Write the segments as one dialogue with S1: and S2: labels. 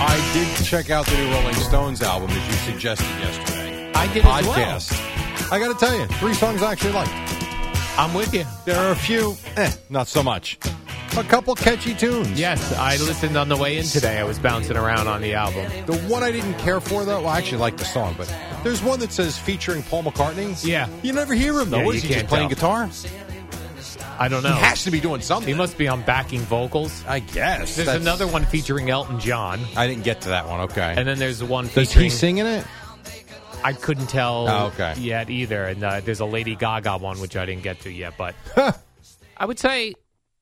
S1: I did check out the new Rolling Stones album as you suggested yesterday.
S2: I did as well.
S1: Podcast. I got to tell you, three songs I actually liked.
S2: I'm with you.
S1: There are a few, eh, not so much. A couple catchy tunes.
S2: Yes, I listened on the way in today. I was bouncing around on the album.
S1: The one I didn't care for, though, well, I actually like the song, but there's one that says featuring Paul McCartney.
S2: Yeah.
S1: You never hear him, though.
S2: Yeah,
S1: what
S2: you
S1: is he, just
S2: can't
S1: playing
S2: tell.
S1: guitar?
S2: I don't know.
S1: He has to be doing something.
S2: He must be on backing vocals.
S1: I guess.
S2: There's
S1: That's-
S2: another one featuring Elton John,
S1: I didn't get to that one, okay.
S2: and then there's one
S1: Does he
S2: featuring.
S1: sing in it?
S2: I couldn't tell
S1: Oh, okay.
S2: yet either, and uh, there's a Lady Gaga one which I didn't get to yet, but I would say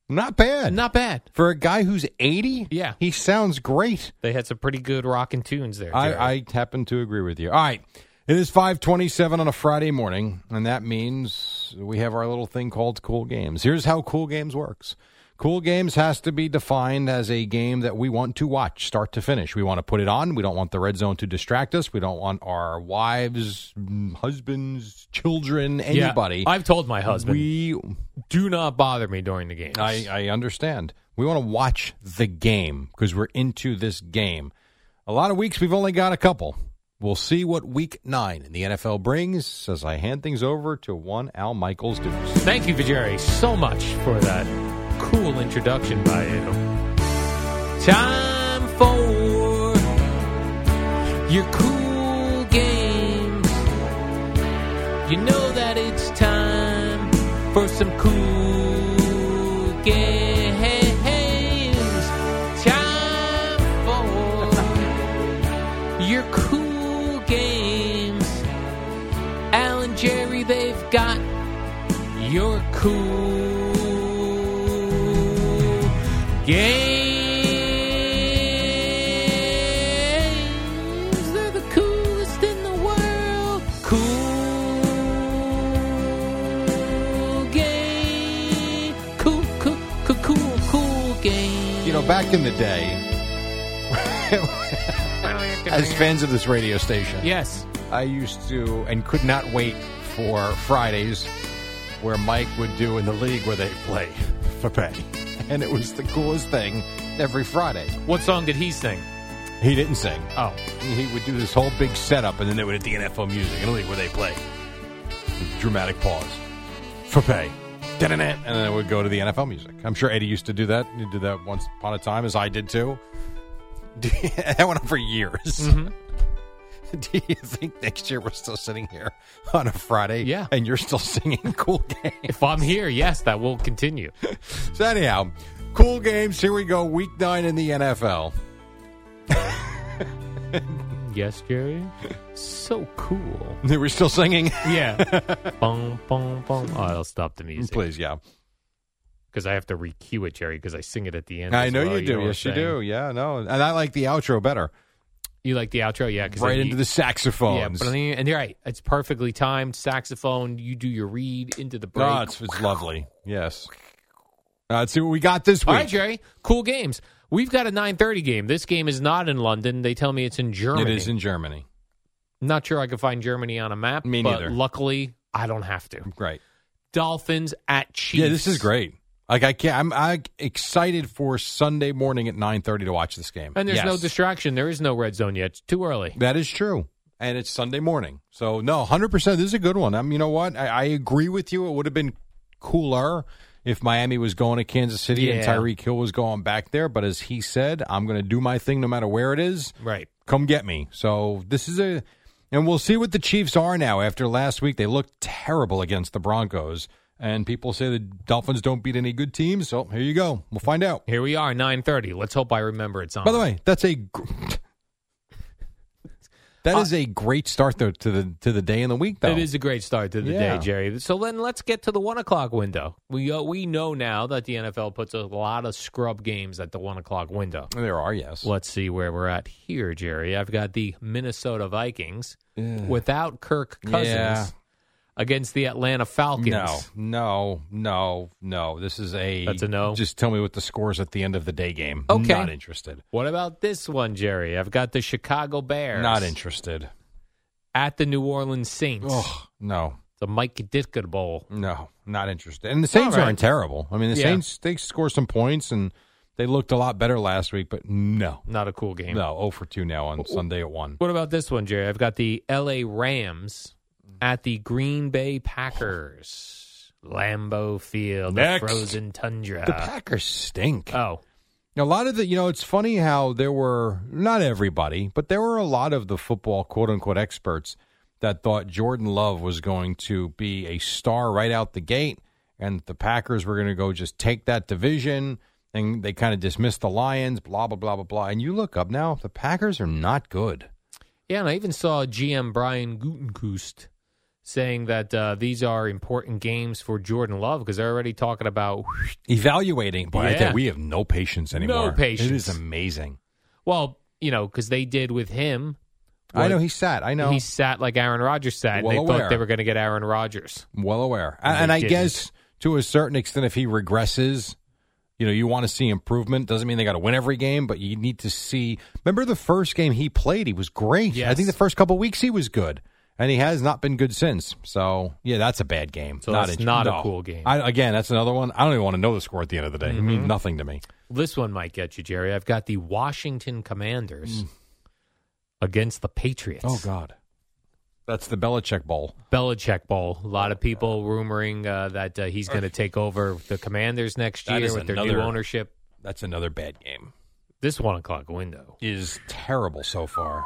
S1: Not bad.
S2: not bad.
S1: For a guy who's 80,
S2: Yeah.
S1: he sounds great.
S2: They had some pretty good rocking tunes there. Jerry.
S1: I, I happen to agree with you. All right. It is 527 on a Friday morning, and that means we have our little thing called Cool Games. Here's how Cool Games works. Cool Games has to be defined as a game that we want to watch start to finish. We want to put it on. We don't want the red zone to distract us. We don't want our wives, mm, husbands, children,
S2: Yeah,
S1: anybody.
S2: I've told my husband,
S1: we
S2: do not bother me during the games.
S1: I, I understand. We want to watch the game because we're into this game. A lot of weeks we've only got a couple. We'll see what week nine in the NFL brings as I hand things over to one Al Michaels Deuce.
S2: Thank you, Vijay, so much for that cool introduction by you. Time for your cool games. You know that it's time for some cool games. Time for your cool games. Al and Jerry, they've got you're cool. Games. They're the coolest in the world. Cool game. Cool, cool, cool, cool, cool game.
S1: You know, back in the day, as fans of this radio station,
S2: Yes.
S1: I used to and could not wait for Fridays where Mike would do in the league where they play for pay. And it was the coolest thing every Friday.
S2: What song did he sing?
S1: He didn't sing.
S2: Oh.
S1: he would do this whole big setup, and then they would hit the NFL music, and league where they play. Dramatic pause for pay, and then it would go to the NFL music. I'm sure Eddie used to do that. He did that once upon a time, as I did too. that went on for years.
S2: Mm-hmm.
S1: Do you think next year we're still sitting here on a Friday?
S2: Yeah.
S1: and you're still singing cool games.
S2: If I'm here, yes, that will continue.
S1: So anyhow, cool games. Here we go, week nine in the NFL.
S2: Yes, Jerry? So cool.
S1: They were still singing.
S2: Yeah. bong, bong, bong. Oh, it'll stop the music.
S1: Please, yeah.
S2: Because I have to re-cue it, Jerry, because I sing it at the end.
S1: I
S2: as
S1: know
S2: well,
S1: you do.
S2: what
S1: yes,
S2: I'm
S1: you
S2: saying?
S1: do. Yeah, no, and I like the outro better.
S2: You like the outro? Yeah. 'cause
S1: Right
S2: then
S1: into
S2: you-
S1: the
S2: Yeah,
S1: saxophones.
S2: but I mean- and you're right. It's perfectly timed. Saxophone. You do your read into the break.
S1: oh, it's, it's lovely. Yes. Uh, let's see what we got this week.
S2: All right, Jerry. Cool games. We've got a 9:30 game. This game is not in London. They tell me it's in Germany.
S1: It is in Germany.
S2: Not sure I can find Germany on a map.
S1: Me
S2: but
S1: neither.
S2: Luckily, I don't have to.
S1: Right.
S2: Dolphins at Chiefs.
S1: Yeah, this is great. Like I can't. I'm, I'm excited for Sunday morning at nine thirty to watch this game.
S2: And there's
S1: Yes.
S2: no distraction. There is no red zone yet. It's too early.
S1: That is true. And it's Sunday morning. So, no, 100%. This is a good one. I mean, you know what? I, I agree with you. It would have been cooler if Miami was going to Kansas City and
S2: Yeah.
S1: Tyreek Hill was going back there. But as he said, I'm going to do my thing no matter where it is.
S2: Right.
S1: Come get me. So, this is a. And we'll see what the Chiefs are now after last week. They looked terrible against the Broncos. And people say the Dolphins don't beat any good teams. So here you go. We'll find out.
S2: Here we are, nine thirty. Let's hope I remember it's on.
S1: By the way, that's a gr- that is a great start though to the to the day and the week though.
S2: It is a great start to the
S1: Yeah.
S2: day, Jerry. So then let's get to the one o'clock window. We uh, we know now that the NFL puts a lot of scrub games at the one o'clock window.
S1: There are yes.
S2: Let's see where we're at here, Jerry. I've got the Minnesota Vikings without Kirk Cousins
S1: Yeah.
S2: against the Atlanta Falcons.
S1: No, no, no, no. This is a
S2: That's a no?
S1: Just tell me what the scores at the end of the day game.
S2: Okay.
S1: not interested.
S2: What about this one, Jerry? I've got the Chicago Bears
S1: Not interested.
S2: at the New Orleans Saints.
S1: Oh no,
S2: The Mike Ditka Bowl.
S1: no, not interested. And the Saints
S2: All right.
S1: aren't terrible. I mean, the
S2: Yeah.
S1: Saints they score some points and they looked a lot better last week, but no,
S2: Not a cool game.
S1: no, zero for two now on Sunday at one.
S2: What about this one, Jerry? I've got the L.A. Rams
S1: Mm-hmm.
S2: at the Green Bay Packers, Lambeau Field,
S1: Next.
S2: the frozen tundra.
S1: The Packers stink.
S2: oh,
S1: A lot of the, you know, it's funny how there were not everybody, but there were a lot of the football quote unquote experts that thought Jordan Love was going to be a star right out the gate and the Packers were going to go just take that division and they kind of dismissed the Lions, blah, blah, blah, blah, blah. And you look up now, the Packers are not good.
S2: yeah, and I even saw GM Brian Gutenkoost saying that uh, these are important games for Jordan Love because they're already talking about.
S1: Evaluating, but I
S2: Yeah.
S1: think we have no patience anymore. It
S2: patience.
S1: is amazing.
S2: Well, you know, because they did with him.
S1: I
S2: what-
S1: know he's sat. I know.
S2: He sat like Aaron Rodgers sat,
S1: Well
S2: and they
S1: aware.
S2: thought they were going to get Aaron Rodgers.
S1: Well aware.
S2: And
S1: And,
S2: they
S1: and I
S2: didn't.
S1: guess to a certain extent, if he regresses, you know, you want to see improvement. Doesn't mean they got to win every game, but you need to see. Remember the first game he played? He was great. I think
S2: Yes.
S1: the first couple weeks he was good. And he has not been good since. So, yeah, that's a bad game.
S2: So
S1: not
S2: that's
S1: inter-
S2: not a
S1: no.
S2: cool game. Mm-hmm.
S1: I, again, that's another one. I don't even want to know the score at the end of the day. It means nothing to me.
S2: This one might get you, Jerry. I've got the Washington Commanders against the Patriots.
S1: Mm. Oh, God. That's the Belichick Bowl.
S2: Belichick Bowl. A
S1: Oh,
S2: lot of people rumoring uh, that uh, he's going to take over the Commanders next
S1: That
S2: year
S1: is
S2: with their new
S1: another-
S2: ownership.
S1: That's another bad game.
S2: This one o'clock window.
S1: Is terrible so far.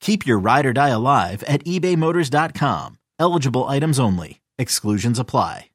S3: Keep your ride or die alive at ebaymotors.com. Eligible items only. Exclusions apply.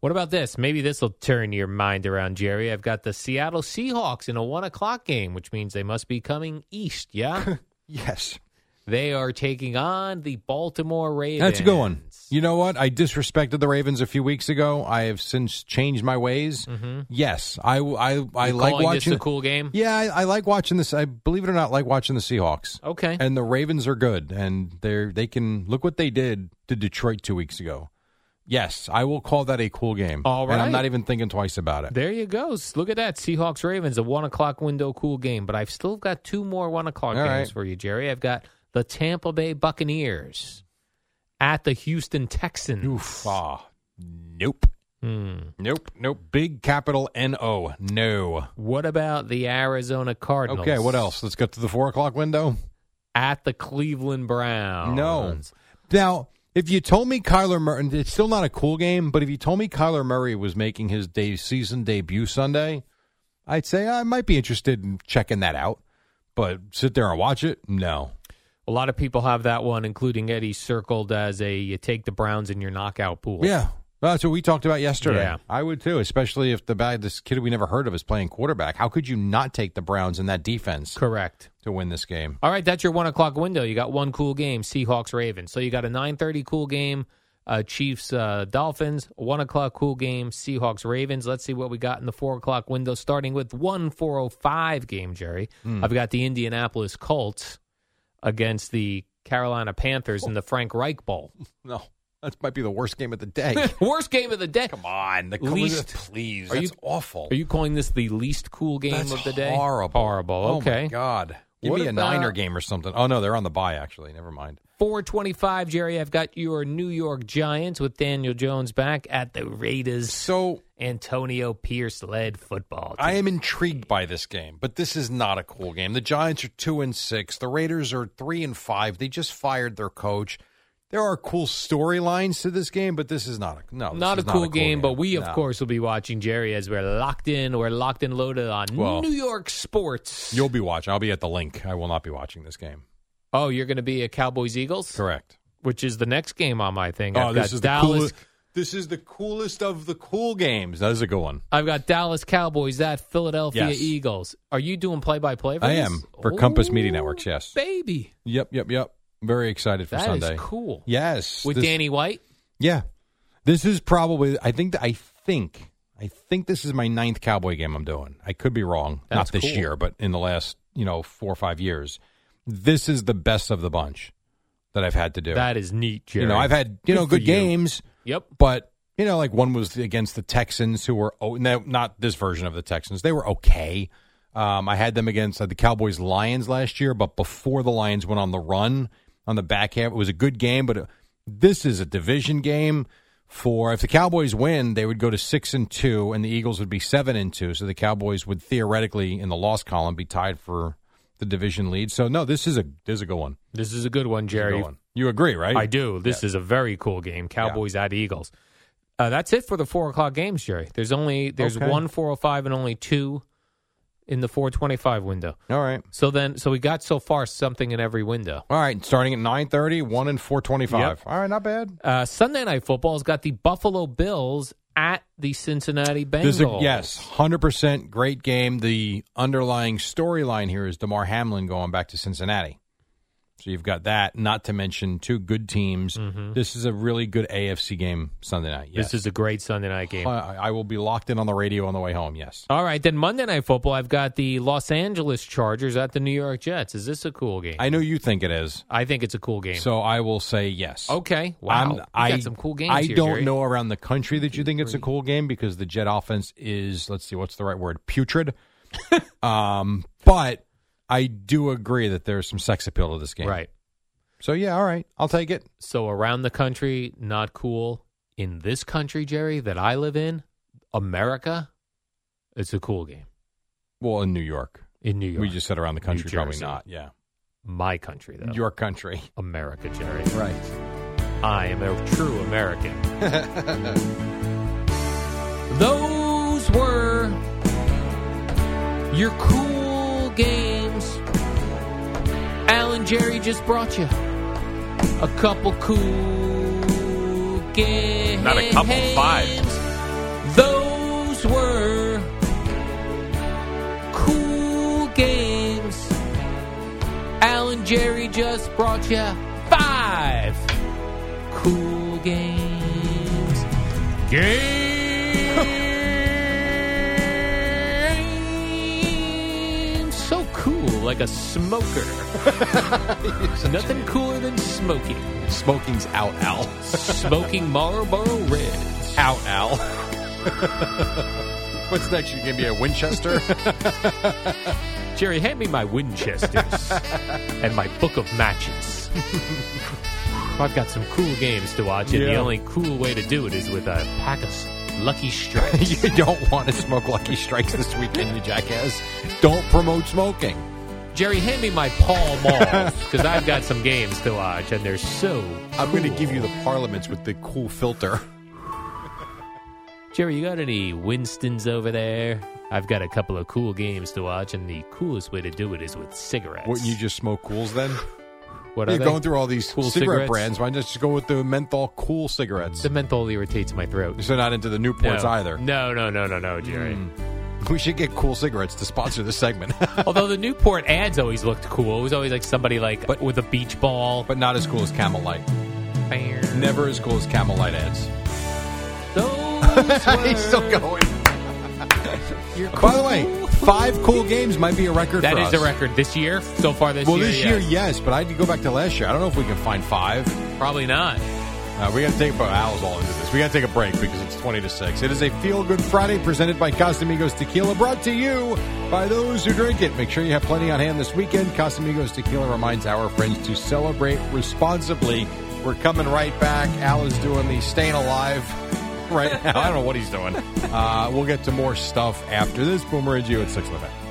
S2: What about this? Maybe this will turn your mind around, Jerry. I've got the Seattle Seahawks in a one o'clock game, which means they must be coming east. Yeah,
S1: Yes.
S2: they are taking on the Baltimore Ravens.
S1: That's a good one. You know what? I disrespected the Ravens a few weeks ago. I have since changed my ways.
S2: Mhm.
S1: Yes, I I, I
S2: You
S1: like
S2: calling
S1: watching.
S2: this a cool game.
S1: yeah, I, I like watching this. I believe it or not, like watching the Seahawks.
S2: Okay.
S1: And the Ravens are good, and they're they can look what they did to Detroit two weeks ago. Yes, I will call that a cool game.
S2: All
S1: and I'm
S2: right.
S1: not even thinking twice about it.
S2: There you go. S- Look at that. Seahawks Ravens, a one o'clock window cool game. But I've still got two more one o'clock
S1: All
S2: games
S1: right.
S2: for you, Jerry. I've got the Tampa Bay Buccaneers at the Houston Texans.
S1: Oof. Ah, nope,
S2: Hmm.
S1: nope, nope. Big capital N O. No.
S2: What about the Arizona Cardinals?
S1: Okay, what else? Let's get to the four o'clock window.
S2: At the Cleveland Browns.
S1: No. Now, if you told me Kyler Murray, and it's still not a cool game, but if you told me Kyler Murray was making his day, season debut Sunday, I'd say I might be interested in checking that out. But sit there and watch it? No.
S2: A lot of people have that one, including Eddie, circled as a you take the Browns in your knockout pool.
S1: Yeah. That's what we talked about yesterday.
S2: Yeah.
S1: I would too, especially if the bad this kid we never heard of is playing quarterback. How could you not take the Browns in that defense
S2: Correct.
S1: to win this game?
S2: All right, that's your one o'clock window. You got one cool game, Seahawks Ravens. So you got a nine thirty cool game, Uh, Chiefs uh, Dolphins, 1 o'clock cool game, Seahawks Ravens. Let's see what we got in the 4 o'clock window, starting with one 405 game, Jerry.
S1: Hmm.
S2: I've got the Indianapolis Colts against the Carolina Panthers in the Frank Reich Bowl.
S1: No, that might be the worst game of the day.
S2: Worst game of the day.
S1: Come on, the
S2: Least-
S1: please.
S2: Are you-
S1: That's awful.
S2: Are you calling this the least cool game
S1: That's
S2: of the day?
S1: Horrible.
S2: Horrible.
S1: Oh my
S2: Okay.
S1: God. Give
S2: What
S1: me a
S2: about-
S1: Niner game or something. Oh no, they're on the bye actually. Never mind.
S2: 425, Jerry. I've got your New York Giants with Daniel Jones back at the Raiders.
S1: So
S2: Antonio Pierce led football. team.
S1: I am intrigued by this game, but this is not a cool game. The Giants are two and six. The Raiders are three and five. They just fired their coach. There are cool storylines to this game, but this is not a no. this
S2: not a
S1: is
S2: cool, game, but we, of
S1: No.
S2: course, will be watching Jerry as we're locked in. We're locked and loaded on
S1: Well,
S2: New York sports.
S1: You'll be watching. I'll be at the link. I will not be watching this game.
S2: oh, you're going to be a Cowboys Eagles,
S1: Correct.
S2: which is the next game on my thing.
S1: Oh,
S2: I've
S1: this
S2: got
S1: is the
S2: Dallas.
S1: coolest. This is the coolest of the cool games. That is a good one.
S2: I've got Dallas Cowboys at Philadelphia
S1: Yes.
S2: Eagles. Are you doing play by play?
S1: I am, for Compass Media Networks, yes.
S2: baby,
S1: Yep, yep, yep. Very excited for
S2: that is
S1: Sunday.
S2: cool.
S1: Yes,
S2: with
S1: this-
S2: Danny White.
S1: Yeah, this is probably. I think. I think. I think this is my ninth Cowboy game I'm doing. I could be wrong. Not
S2: That's
S1: this
S2: cool.
S1: year, but in the last you know four or five years, this is the best of the bunch that I've had to do.
S2: That is neat, Jerry.
S1: you know, I've had you
S2: Good
S1: know
S2: for
S1: good
S2: you.
S1: games,
S2: Yep.
S1: but you know, like one was against the Texans, who were oh, no, not this version of the Texans. They were okay. Um, I had them against uh, the Cowboys Lions last year, but before the Lions went on the run on the back half, it was a good game. But uh, this is a division game. For if the Cowboys win, they would go to six and two, and the Eagles would be seven and two. So the Cowboys would theoretically, in the loss column, be tied for the division lead. So no, this is a this is a good one.
S2: This is a good one,
S1: This is a
S2: Jerry.
S1: good one. You agree, right?
S2: I do. This is a very cool game. Cowboys at Eagles. Uh, that's it for the four o'clock games, Jerry. There's only there's
S1: Okay.
S2: one four oh five and only two in the four twenty five window.
S1: All right.
S2: So then, so we got so far something in every window.
S1: All right, starting at 9.30, 1 and 425.
S2: Yep.
S1: All right, not bad.
S2: Uh, Sunday night football's got the Buffalo Bills at the Cincinnati Bengals.
S1: This is a- yes, 100% great game. The underlying storyline here is DeMar Hamlin going back to Cincinnati. So you've got that, not to mention two good teams. This is a really good AFC game Sunday night. Yes.
S2: Mm-hmm. This is a great Sunday night game.
S1: I, I will be locked in on the radio on the way home, yes.
S2: All right, then Monday night football. I've got the Los Angeles Chargers at the New York Jets. Is this a cool game?
S1: I know you think it is,
S2: I think it's a cool game.
S1: so I will say yes.
S2: okay, wow,
S1: I'm-
S2: we
S1: I
S2: got some cool games.
S1: I
S2: here,
S1: don't
S2: Jerry.
S1: know around the country that you think it's a cool game because the Jet offense is let's see what's the right word putrid. um, but I do agree that there's some sex appeal to this game.
S2: Right.
S1: So yeah, all right, I'll take it.
S2: So around the country, not cool. In this country, Jerry, that I live in, America, it's a cool game.
S1: Well, in New York,
S2: In New York,
S1: we just said around the
S2: New
S1: country, probably
S2: Jersey.
S1: not. Yeah,
S2: my country though,
S1: your country,
S2: America, Jerry.
S1: right?
S2: I am a true American. Those were your cool games. Alan Jerry just brought you a couple cool games.
S1: Not a couple, five.
S2: Those were cool games. Alan Jerry just brought you five cool games. Games. so cool, like a smoker. Nothing cooler than smoking.
S1: Smoking's out, Al.
S2: Smoking Marlboro Reds.
S1: out, Al. What's next? You gonna be a Winchester?
S2: Jerry, hand me my Winchesters and my book of matches. I've got some cool games to watch, and the
S1: Yeah.
S2: only cool way to do it is with a pack of s- Lucky Strikes.
S1: you don't want to smoke Lucky Strikes this weekend, you jackass. Don't promote smoking.
S2: Jerry, hand me my Paul Malls because I've got some games to watch, and they're so.
S1: I'm going to give you the parliaments with the cool filter.
S2: Jerry, you got any Winstons over there? I've got a couple of cool games to watch, and the coolest way to do it is with cigarettes.
S1: Wouldn't you just smoke cools then?
S2: What
S1: You're
S2: are they?
S1: going through all these
S2: Cool
S1: cigarette
S2: cigarettes?
S1: brands. Why not just go with the menthol cool cigarettes?
S2: The menthol irritates my throat.
S1: So not into the Newports either. Hmm.
S2: No, no, no, no, no, Jerry.
S1: We should get cool cigarettes to sponsor this segment,
S2: Although the Newport ads always looked cool. It was always like somebody like
S1: But-
S2: with a beach ball.
S1: but not as cool as Camel Light. Never as cool as Camelite ads.
S2: Those were
S1: He's still going.
S2: your
S1: By the way,
S2: cool-
S1: five cool games might be a record.
S2: that
S1: for
S2: is
S1: us.
S2: the record this year. So far this
S1: Well,
S2: year.
S1: this year,
S2: yes.
S1: yes, but I had to go back to last year. I don't know if we can find five.
S2: probably not.
S1: Uh, we got to take a Al's all into this. We got to take a break because it's 20 to 6. It is a feel good Friday presented by Casamigos Tequila, brought to you by those who drink it. Make sure you have plenty on hand this weekend. Casamigos Tequila reminds our friends to celebrate responsibly. We're coming right back. Al is doing the staying alive right now. I don't know what he's doing. Uh, we'll get to more stuff after this. Boomer and you at 6 in the back.